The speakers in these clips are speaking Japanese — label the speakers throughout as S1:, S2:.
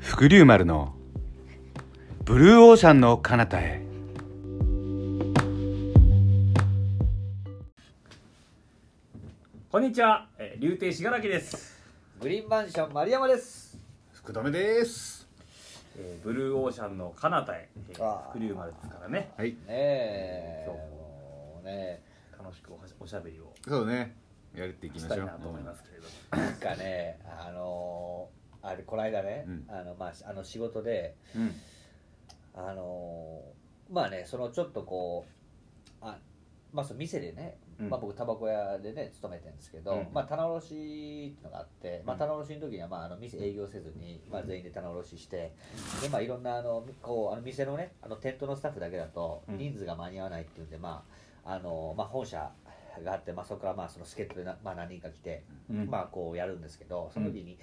S1: 伏龍丸のブルーオーシャンの彼方へ
S2: こんにちは、えー、竜亭しがらきです、
S3: グリーンマンション丸山です。
S4: 福留です
S2: えーブルーオーシャンの彼方へ、え
S3: あ
S2: ー、
S3: ー
S2: 福竜丸ですからね
S4: はい
S3: ねえ、
S2: 今日も
S3: もうね、
S2: 楽しくおはしおしゃべりを
S4: そうねやっていき
S2: し
S4: ま
S2: た
S4: し
S2: い
S4: ょう
S2: なと思いますけれども、
S3: なんかね、あのーあれこの間ね、
S4: うん
S3: あのまああの仕事で、
S4: うん
S3: あのーまあね、そのちょっとこう、あ、まあその店でね、
S2: うん
S3: まあ僕タバコ屋でね勤めてるんですけど、
S2: うん
S3: まあ棚卸しっていうのがあって、まあ
S2: うん
S3: 棚卸しの時にはまああの店営業せずに、まあ全員で棚卸しして、でまあいろんなあのこうあの店のね、あの店頭のスタッフだけだと
S2: うん
S3: 人数が間に合わないっていうんで、まああのまあ本社があって、まあそこからまあその助っ人でなまあ何人か来て、
S2: うん
S3: まあこうやるんですけど、その時に、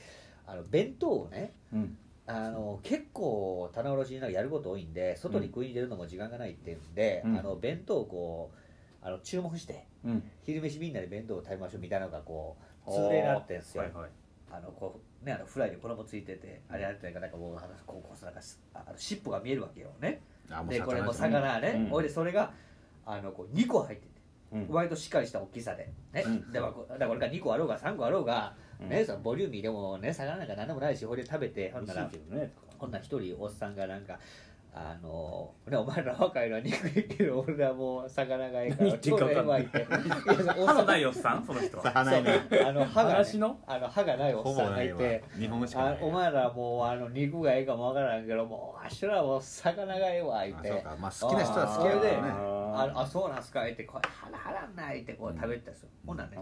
S3: あの弁当をね。
S2: うん
S3: あの結構棚卸しになるやること多いんで外に食いに出るのも時間がないっていうんで、
S2: うん
S3: あの弁当をこうあの注文して
S2: うん
S3: 昼飯みんなで弁当を食べましょうみたいなのがこう通例になってんですよ、
S2: はいはい
S3: あのこうねあのフライで衣ついててあれやったりかなんかもうあのこうこうなんかしああの尻尾が見えるわけよね
S4: あ
S3: でこれも
S4: 魚ですね
S3: 魚ね、
S2: うん
S3: ほいでそれがあのこう2個入ってて
S2: うん
S3: 割としっかりした大きさでね、
S2: うん
S3: でまあこだからこれが2個あろうが3個あろうが、
S2: うん
S3: ねそのボリューミーでもね魚なんか何でもないしほいで食べてほん
S2: 美
S3: な
S2: 味し
S3: ら
S2: いけどね
S3: こんな一人おっさんがなんかあのね、お前ら若いのは肉いいけど俺らもう魚がええか
S2: 何
S3: ら
S2: 言ってんか分かんない
S3: ちょうどええわ言っていや
S2: 歯のない
S3: よ
S2: おっさんその人は
S4: 魚ないね
S3: あの歯が、ね
S2: 話、の
S3: あの歯がないお
S4: ほ
S3: っ
S4: ぼ
S3: さん
S4: な
S3: が
S4: い
S3: い
S4: わ
S3: て
S4: 日本しかな
S3: あ
S4: い
S3: お前らもうあの肉がええかもわからんけどもうあっしらは魚がええわ言
S4: あ
S3: っ
S4: そう
S3: て
S4: かまあ好きな人は好き
S3: そ
S4: や
S3: れ
S4: か
S3: で
S4: らね
S3: あ
S2: あ
S3: のあそうなんすか言ってこう腹腹んないってこう食べてたんですよ、ほんなんね、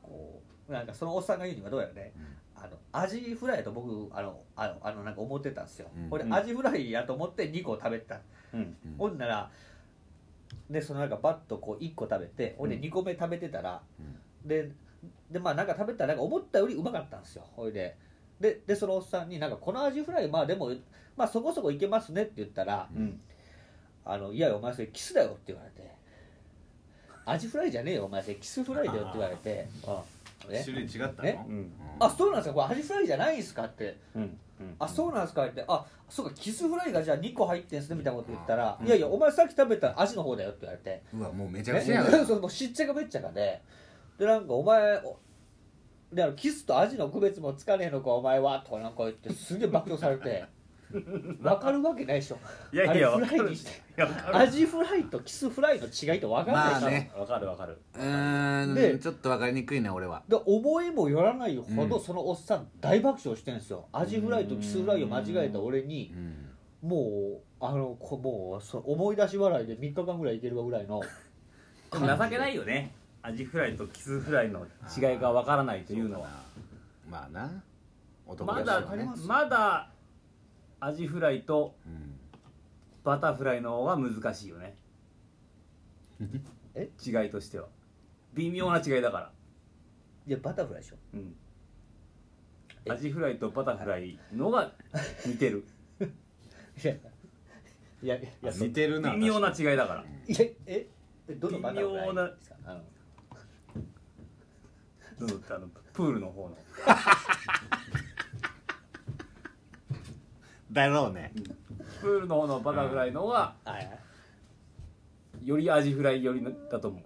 S3: こうなんかそのおっさんが言うにはどうやらね、あのアジフライやと僕あのあのあのなんか思ってたんですよ、
S4: うん
S3: これ
S2: うん
S3: アジフライやと思って2個食べてた、
S2: うん
S4: うん
S3: ほんならでそのなんかバッとこう1個食べてほいで2個目食べてたら、ででまあなんか食べたらなんか思ったよりうまかったんですよほいでででそのおっさんになんかこのアジフライまあでもまあそこそこいけますねって言ったら、
S4: うん
S3: あのいやいやお前それキスだよって言われてアジフライじゃねえよお前それキスフライだよって言われ て
S2: あ
S3: ね
S4: 種類違った
S3: え
S4: の
S2: うん
S3: あそうなんですかこれアジフライじゃないんすかって
S2: うんうん
S3: あそうなんですかってあそうかキスフライがじゃあ2個入ってんすねみたいなこと言ったら、
S2: うん
S3: いやいやお前さっき食べたアジの方だよって言われて、
S4: うわもうめちゃ
S3: ね
S4: くちゃや
S3: そうもうしっちゃかめっちゃかででなんかお前おであのキスとアジの区別もつかねえのかお前はとかなんか言ってすげえ爆笑され てわかるわけないでしょ
S2: いやいや
S3: あ
S2: 分
S3: れ
S2: か
S3: フライ
S2: る
S3: に
S2: い
S3: して
S2: や分かる
S3: アジフライとキスフライの違いってわかんないでしょ、
S4: まあね
S2: 分かる分かる
S4: うー
S3: で
S4: んちょっとわかりにくいな俺は
S3: で思いもよらないほど
S4: うん
S3: そのおっさん大爆笑してるんですよ、アジフライとキスフライを間違えた俺に
S4: うん
S3: もうあのこもうその思い出し笑いで3日間ぐらいいけるわぐらいの
S2: でも情けないよねアジフライとキスフライの違いが分からないというのは
S4: まあな男
S2: ま
S4: だ
S2: だ
S4: しね
S2: まだアジフライと
S4: うん
S2: バタフライの方が難しいよね
S3: え
S2: 違いとしては微妙な違いだから、
S3: いやバタフライでしょ
S2: うん
S3: え
S2: アジフライとバタフライのが似て る
S3: いやいやいや
S4: あ似てるな
S2: 微妙な違いだから
S3: いやえどのバタフラ
S2: 微妙な
S3: イですかあの
S2: どうぞあのプールの方の
S4: だろうね
S2: プールの方のバタフライの方が
S3: あいや
S2: よりアジフライよりだと思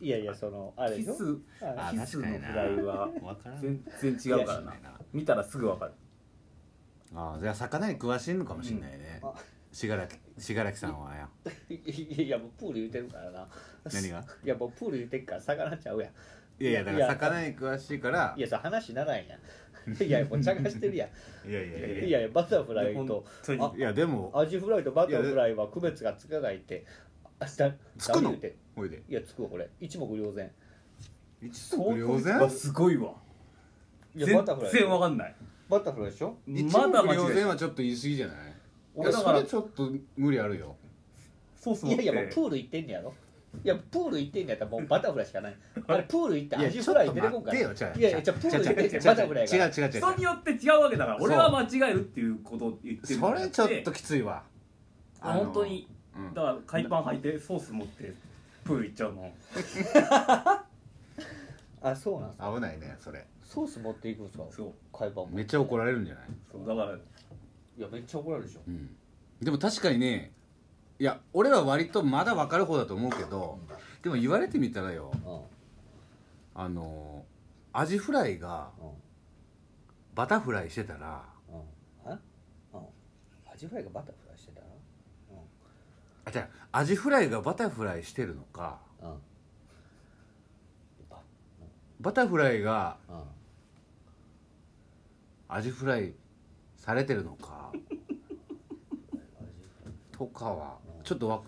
S3: いやいやそのあ
S2: う
S3: れで
S2: キ
S3: しょ
S2: ス
S4: あ
S3: あ
S2: キス
S4: 確か
S2: の
S4: に
S2: フ
S4: な
S2: ライは
S4: わからん
S2: 全然違うからな見たらすぐ分かる
S4: あーじゃあ魚に詳しいのかもしれないね
S3: うんあ
S4: 信楽信楽さんはよ
S3: いやいやもうプール言うてるからな
S4: 何が
S3: いやもうプール言うてるから魚ちゃうやん
S4: いやいやだか
S3: いや
S4: ら魚に詳しいから
S3: いやさ話ならんやんいやもう茶化してるやん
S4: いやいや
S3: いやいやバタフライ
S2: 本
S3: と
S2: 当に
S3: あ
S4: いやでも
S3: アジフライとバタフライは区別がつかないってあだ
S4: つくの
S3: だって
S4: おいで
S3: いやつくわこれ一目瞭然
S4: 一目瞭
S2: わ
S4: 然
S2: すごいわ
S3: いや
S2: 全
S3: バタフライ
S2: 然わかんない
S3: バタフライでしょ
S4: 一目
S2: まだ間
S4: 瞭
S2: 違え
S4: 然
S2: た
S4: はちょっと言い過ぎじゃない
S2: 俺
S4: 俺
S2: だ
S4: だ
S2: か
S4: かららそれちょっと無理あるよ
S2: ソース
S3: い
S2: 持っ
S3: や
S2: て
S3: いやもうプール行ってんねやろいやプール行ってんねやったらもうバタフライしかないあれプール行ってアジフライ出てこんから
S4: いやちょっと待ってよ
S3: いやいやじゃあプール行ってんねんバタフライ
S4: 違
S3: が
S4: う違う違
S2: 人に
S4: う
S2: よって違うわけだから俺は間違えるっていうことを言ってる
S4: それちょっときついわあの
S2: 本当に
S4: うん
S2: だから海パン履いてソース持ってプール行っちゃうもん
S3: あそうなんですか
S4: 危ないねそれ
S3: ソース持っていくんですか
S2: そう
S3: 海パンも
S4: めっちゃ怒られるんじゃない、
S2: そうだから
S3: いやめっちゃ怒られるでしょ
S4: うん、でも確かにねいや俺は割とまだ分かる方だと思うけどでも言われてみたらよ
S3: う
S4: あのアジフライが
S3: んうん
S4: バタフライしてたら
S3: うんえうんアジフライがバタフライしてたら
S4: あじゃアジフライがバタフライしてるのか
S3: うんうんバ
S4: バタフライが
S3: うん
S4: アジフライされてるの か
S3: アジフライ
S4: とかはちょっとわ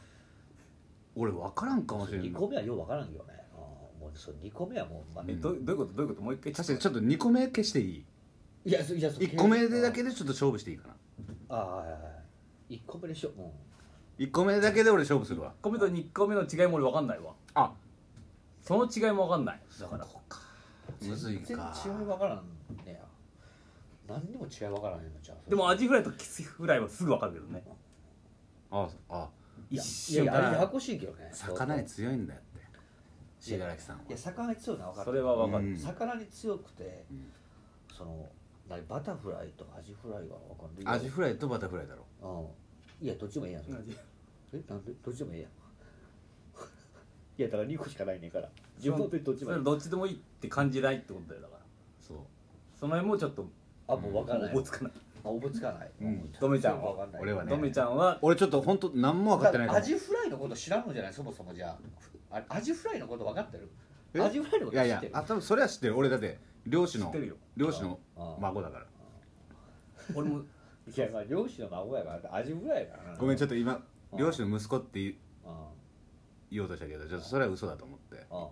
S4: 俺分からんかもしれない
S3: 2個目はよう分からんけどね、うん、もうそう2個目はもう、まあ
S2: えどどういうことどういうこともう一回
S4: 確かにちょっと2個目消していい
S3: いやそいや
S4: 1個目でだけでちょっと勝負していいかな
S3: ああはいはいはい1個目でしょ、うん、
S4: 1個目だけで俺勝負するわ
S2: 1個目と2個目の違いも俺分かんないわ
S4: あ
S2: その違いも分かんないだから
S4: むずい
S3: 全
S4: か
S3: 然違い分からんねや何にも違い分からんねんのじゃあ
S2: でもアジフライとキスフライはすぐ分かるけどね
S4: ああ
S3: い
S2: 一瞬
S3: やい
S2: か
S3: やいやあれやや
S2: ら
S3: こしいけどね
S4: 魚に
S3: い
S4: 強いんだって信楽さんは
S3: や魚に強いのは分かる
S2: それは分か
S4: う
S2: る
S4: ん
S3: 魚に強くて、
S4: ん
S3: その何バタフライとアジフライは分かんない
S4: アジフライとバタフライだろ
S3: うんいやどっちもええやんそれ
S2: アジ
S3: えなんでどっちでもええやん いやだから2個しかないねんから自分のペットどっち
S2: そ
S3: でもええ
S2: れどっちでもいいって感じないってことだよだから
S4: そう
S2: その辺もちょっと
S3: あもう分からない、
S2: おぼつかない
S3: あおぼつかない、
S4: うん
S2: ドメちゃんは
S3: 分かんない
S4: 俺はね
S2: ドメちゃんは
S4: 俺ちょっと本当何も分かってないか
S3: ア
S4: も
S3: ジフライのこと知らんのじゃないそもそもじゃああアジフライのこと分かってる
S4: え
S3: アジフライのこ
S4: い
S3: と知
S4: や
S3: ってる
S4: いやあ多分それは知ってる俺だって漁師
S2: 知っ
S4: の
S2: てるよ
S4: 漁師の
S3: ああ
S4: 孫だから
S2: 俺も
S3: いやまあ漁師の孫やからアジフライやからな
S4: ごめんちょっ
S3: っ
S4: と今
S3: あ
S4: 漁師の息子って
S3: と
S4: 言おうとしたけどちょっとそれは嘘だと思って
S3: うんうん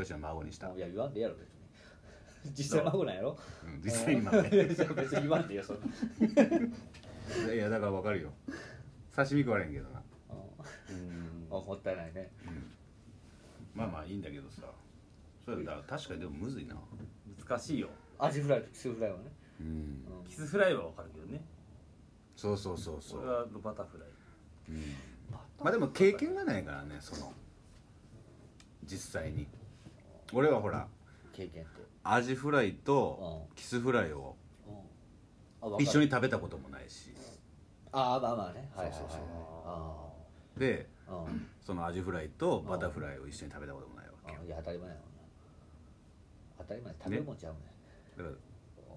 S4: 漁師の孫にした、
S3: いや言わんでええやろ別に実際孫なん やろ
S4: うん実際今ね
S3: いや別に言わんでええよそんな、
S4: いやだから分か るよ刺身食われへんけどな
S3: う
S2: うん
S3: ん、あもったいないね
S4: まあまあいいんだけどさそれだから確かにでもむずいな
S2: 難しいよ
S3: アジフライとキスフライはね、
S4: うん
S3: うん
S2: キスフライは分かるけどね
S4: そうそうそうそ
S2: そうれはバタフライ
S4: うんまあでも経験がないからねその実際に俺はほら
S3: 経験って、
S4: アジフライと
S3: う
S4: キスフライを
S3: あ
S4: 一緒
S3: に
S4: に食べたこともないし
S3: ああまあまあねはいはいはい
S4: そうそうそう
S3: あ
S4: で
S3: あうん
S4: そのアジフライとバタフライを一緒に食べたこともないわけよ
S3: あいや当たり前やもんな当たり前食べ物ちゃうね
S4: だか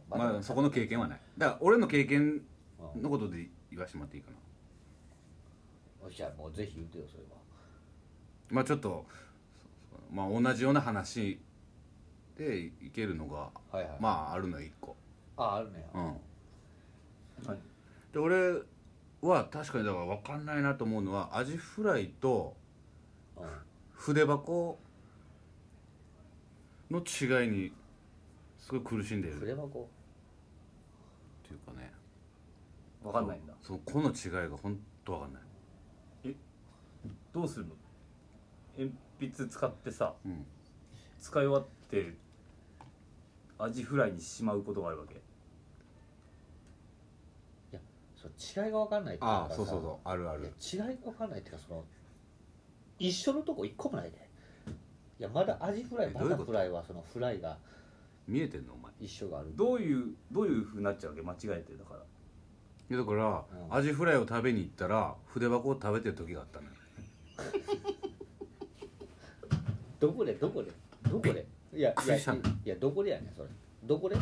S4: らまあそこの経験はないだから俺の経験
S3: うん
S4: のことで言わしてもらっていいかな
S3: じゃあもうぜひ言うてよそれは
S4: まあちょっとまあ同じような話でいけるのが
S3: はいはい
S4: まああるのよ一個
S3: ああるね
S4: うん
S2: はい
S4: で俺は確かにだから分かんないなと思うのはアジフライと
S3: うん
S4: 筆箱の違いにすごい苦しんでるっ
S3: 筆箱
S4: ていうかね
S2: 分かんないんだ
S4: その個の違いが本当分かんない
S2: どうするの鉛筆使ってさ
S4: うん
S2: 使い終わってアジフライにしまうことがあるわけ
S3: そう違いが分かんないってい
S4: あ
S3: か
S4: あ
S3: さ
S4: そうそうそうあるある
S3: いや違いが分かんないっていうかその一緒のとこ一個もないでいやまだアジフライ
S4: え
S3: バ
S4: どういう
S3: タ
S4: こと
S3: フライはそのフライが
S4: 見えてんのお前
S3: 一緒がある
S2: どういうどういうふうになっちゃうわけ間違えてだから
S4: いやだから、
S3: うん
S4: アジフライを食べに行ったら筆箱を食べてる時があったのよ
S3: どこでどこでどこでいやい
S4: く
S3: や
S4: り
S3: い
S4: した
S3: やどこでやねんそれどこで
S4: い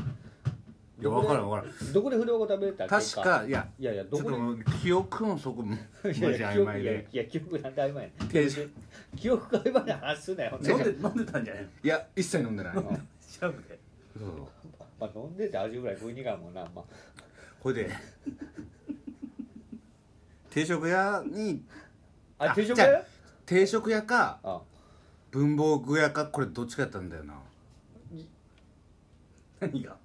S4: や分からん分からん
S3: どこで筆箱食べたっけ
S4: 確かいや
S3: いやいや
S4: ちょ
S3: ど
S4: っ
S3: ことで
S4: もう記憶もそこマジ
S3: いやいや
S4: 曖昧
S3: 記憶
S4: で
S3: いやいや記憶なんて曖昧や
S4: 定
S3: ね
S4: 食
S3: ん記憶が曖昧な話すなよほんで
S2: 飲んで飲んでたんじゃないの
S4: いや一切飲んでないそう
S2: 調べて
S4: そう
S3: まあ飲んでてアジフライ食いに行かんもんなまあ
S4: ほいで定食屋に
S3: あ
S4: あ
S3: 定食
S4: じゃあ
S3: 屋
S4: 定食屋か
S3: あ
S4: 文房具屋かこれどっちかやったんだよな
S2: 何が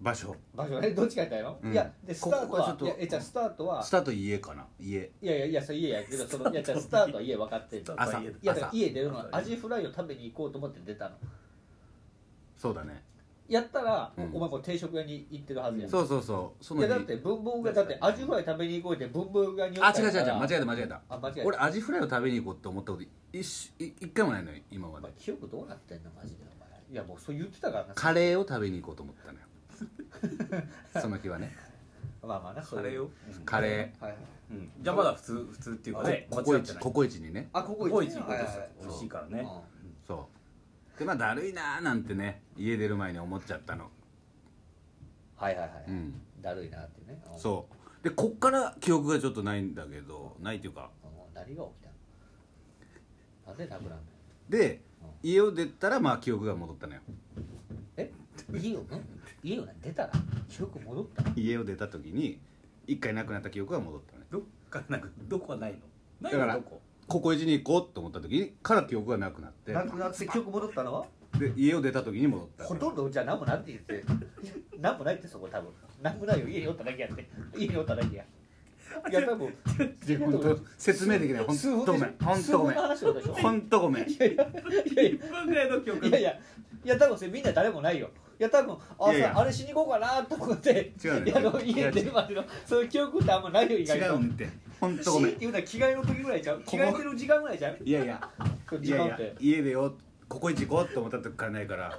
S4: 場所
S3: 場所ねどっちかやったんやろ
S4: うん
S3: いやでス
S4: こ
S3: タート
S4: ここはちょ
S3: は
S4: っ
S3: い
S4: と
S3: やえじゃあスタートは
S4: スタート家かな家
S3: いやいやいやそれ家やけどその いやじゃあスタートは家分かってる
S2: 朝
S4: 朝
S3: いやだから
S4: 朝
S3: 家出るのは
S2: 朝
S3: アジフライを食べに行こうと思って出たの
S4: そうだね
S3: やったら
S4: うん
S3: お前もう定食屋に行ってるはずやん
S4: そうそうそうそ
S3: い
S4: の
S3: やだって文房具屋だってアジフライ食べに行こうって文房具屋に寄
S4: あ
S3: った
S4: 違う違う違う間違
S3: え
S4: えた間違えた
S3: あ間違えた
S4: 俺アジフライを食べに行こうって思ったこと一一一回もないのよ今ま
S3: お
S4: で
S3: 前記憶どうなってんのマジでお前いやもうそう言ってたからな
S4: カレーを食べに行こうと思ったのよ その日はね
S3: まあまあな
S2: カレーを、
S4: カレ
S3: ー、はいはい、
S2: うん、じゃあまだ普通普通っていうかね
S4: ーココイ
S2: 間違って
S4: チ
S2: ない
S4: ココイチにね
S3: あここ
S2: ココイチ
S3: ね
S2: に行こうとした
S3: は
S2: ら
S3: い
S2: 美味しいからね、
S3: はい
S4: そうでまあだるいなーなんてね家出る前に思っちゃったの
S3: はいはいはい、
S4: うん
S3: だるいなってねうん
S4: そうでこっから記憶がちょっとないんだけどないっていうか
S3: もう何が起きたのなんでなくなるの
S4: で家を出たらまあ記憶が戻ったのよ
S3: え家をね家をね出たら記憶戻った
S4: 家を出た時に一回なくなった記憶が戻ったのね
S2: どっかなくどこはないのない
S4: だか
S2: の
S4: ら
S2: どこ
S4: ここいじに行こうと思った時にから記憶がなくなって
S3: なくなって記憶戻ったのは
S4: で家を出た時に戻ったの
S3: ほとんどじゃあ何もなんて言って何もないってそこ多分何もないよ家におっただけやって家におっただけやいや多分
S4: で本当説明できない本当ごめん本当ごめん
S3: の話だったでしょ
S4: 本当ごめん
S3: いやいや
S2: 1分ぐらいの記憶
S3: いやいやいや多分それみんな誰もないよいや多分あ
S4: いやいや
S3: さあれしに行こうかなと思って
S4: 違うね
S3: いやあの家に出るまでのそういう記憶ってあんまないよ意
S4: 違
S3: 外と
S4: うんって本当
S3: 強
S4: ご
S3: い
S4: め
S3: っ
S4: ん
S3: て言うのは着替えの時ぐらいちゃう
S4: こ
S3: 着替えてる時間ぐらいちゃう
S4: いやいやい
S3: 時
S4: や
S3: 間
S4: い
S3: っ
S4: や
S3: て
S4: 家でよここイチ行こうと思った時からないから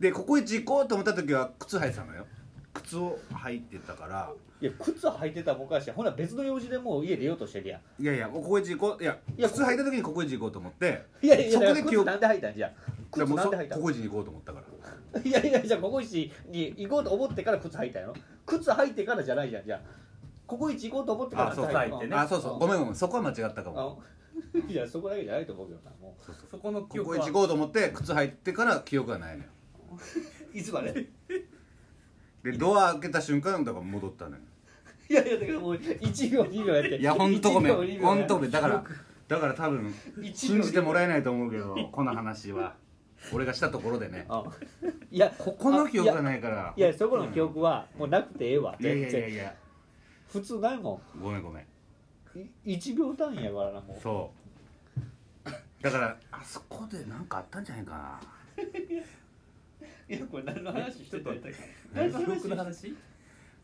S4: でここイチ行こうと思った時は靴履いてたのよ靴を履いてたから
S3: いや靴履いてたもおかしいほな別の用事でもう家出ようとしてるやん
S4: いやいやここイチ行こういや
S3: いや
S4: 靴履いた時にここイチ行こうと思って
S3: いやいや
S4: そこで
S3: だから
S4: 記
S3: 靴
S4: 憶
S3: なんで履いたんじゃ
S4: いや
S3: 靴
S4: もう
S3: なん
S4: そ
S3: で履いた
S4: ここイチに行こうと思ったから
S3: のいやいやじゃあココイチに行こうと思ってから靴履いたんやろ靴履いてからじゃないじゃんじゃあココイチ行こうと思ってから
S4: あ
S3: 靴
S4: そう
S3: 履いたの
S2: ね
S4: あそうそうごめんごめんそこは間違ったかも
S3: あいやそこだけじゃないと思うけどなも
S2: そこの
S4: こ
S2: 記憶
S4: こ
S2: は
S4: イチ行こうと思って靴履いてから記憶がないのよ
S3: ういつまで
S4: でドア開けた瞬間だから戻ったのよ
S3: いやいやだからもう1秒2秒やって
S4: いや本当ごめ
S3: 1秒2
S4: ん
S3: 秒や
S4: 本当ごめんだからだから多分
S3: 一秒
S4: 信じてもらえないと思うけ どこの話は俺がしたところでね
S3: あいや
S4: ここの記憶
S3: あ
S4: がないから
S3: いやいやそこの記憶はもうなくてええわ
S4: いやいや
S3: 全
S4: いや
S3: 然
S4: いや
S3: 普通ないも
S4: ごめんごめん
S3: んい1秒単位やからなもう
S4: そうだからあそこで何かあったんじゃないかない
S3: やこれ何の話し
S2: ちょ
S3: て
S2: ったと
S3: んや
S2: 待っ
S3: ったって何
S2: 記憶の話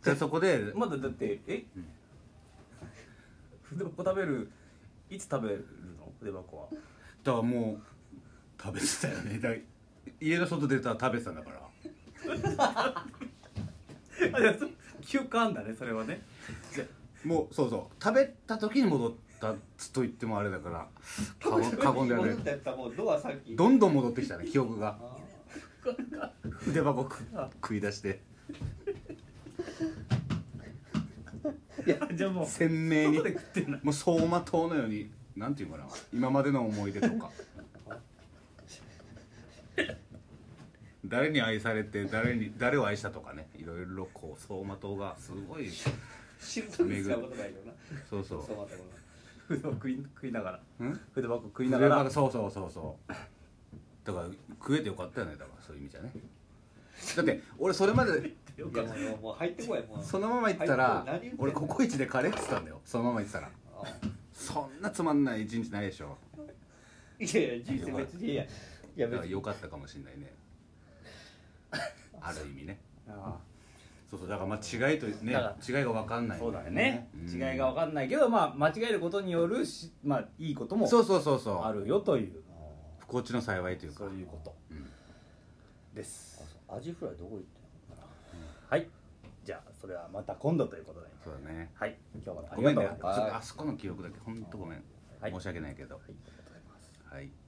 S4: じゃあそこで
S2: まだだってえ筆箱食べるいつ食べるの筆箱は
S4: だからもう食べてたよねだから家の外出たら食べてたんだから
S2: あでもそ記憶あんだねそれはね じゃ
S4: もうそうそう食べた時に戻ったと言ってもあれだから過 言過言ではない
S3: やったもうドアさっき
S4: どんどん戻ってきたね記憶が
S3: あ
S4: 筆箱く食い出して
S2: あじゃあもう
S4: 鮮明に
S2: 外で食ってんな
S4: もう走馬灯のようになんていうかな今までの思い出とか誰に愛されて誰に誰を愛したとかねいろいろこう走馬灯がすごい
S3: 知ると見つかることないよな
S4: そうそ
S3: そううまたこ
S2: 筆箱食い食いながら
S4: うん
S2: 筆箱食いな
S4: 筆
S2: が
S4: 箱
S2: ら
S4: そうそうそうそうだから食えてよかったよねだからそういう意味じゃねだって俺それまで
S3: のいやもうもう入ってこいもう
S4: そのまま行った
S3: あいつ何言
S4: ら
S3: ってんの
S4: 俺ココイチでカレー食ってたんだよそのまま行ってたら
S3: あ
S4: そんなつまんない一日ないでしょ
S3: いやいや人生別にいいやいや
S4: だか
S3: 別
S4: ら
S3: に
S4: 良かったかもしれないねある意味ね
S2: あ
S4: そうそうだからまあ違いとね
S2: だか
S4: 違いが分かん
S2: あ
S4: ない
S2: そうだよね
S4: うん
S2: 違いが分かんないけどまあ間違えることによるしまあいいことも
S4: そうそうそうそう
S2: あるよという
S4: 不幸中の幸いというか
S2: そういうこと
S4: うん
S2: です
S3: アジフライどこ行ったの
S2: はいじゃあそれはまた今度ということで
S4: そうだね
S2: はい今日は
S4: ごめん
S2: あ
S4: ねちょっ
S2: りがとう
S4: と
S2: ございます
S4: あそこの記憶だけ本当ごめん
S2: はい
S4: 申し訳ないけど
S2: はいありがとうございます
S4: はい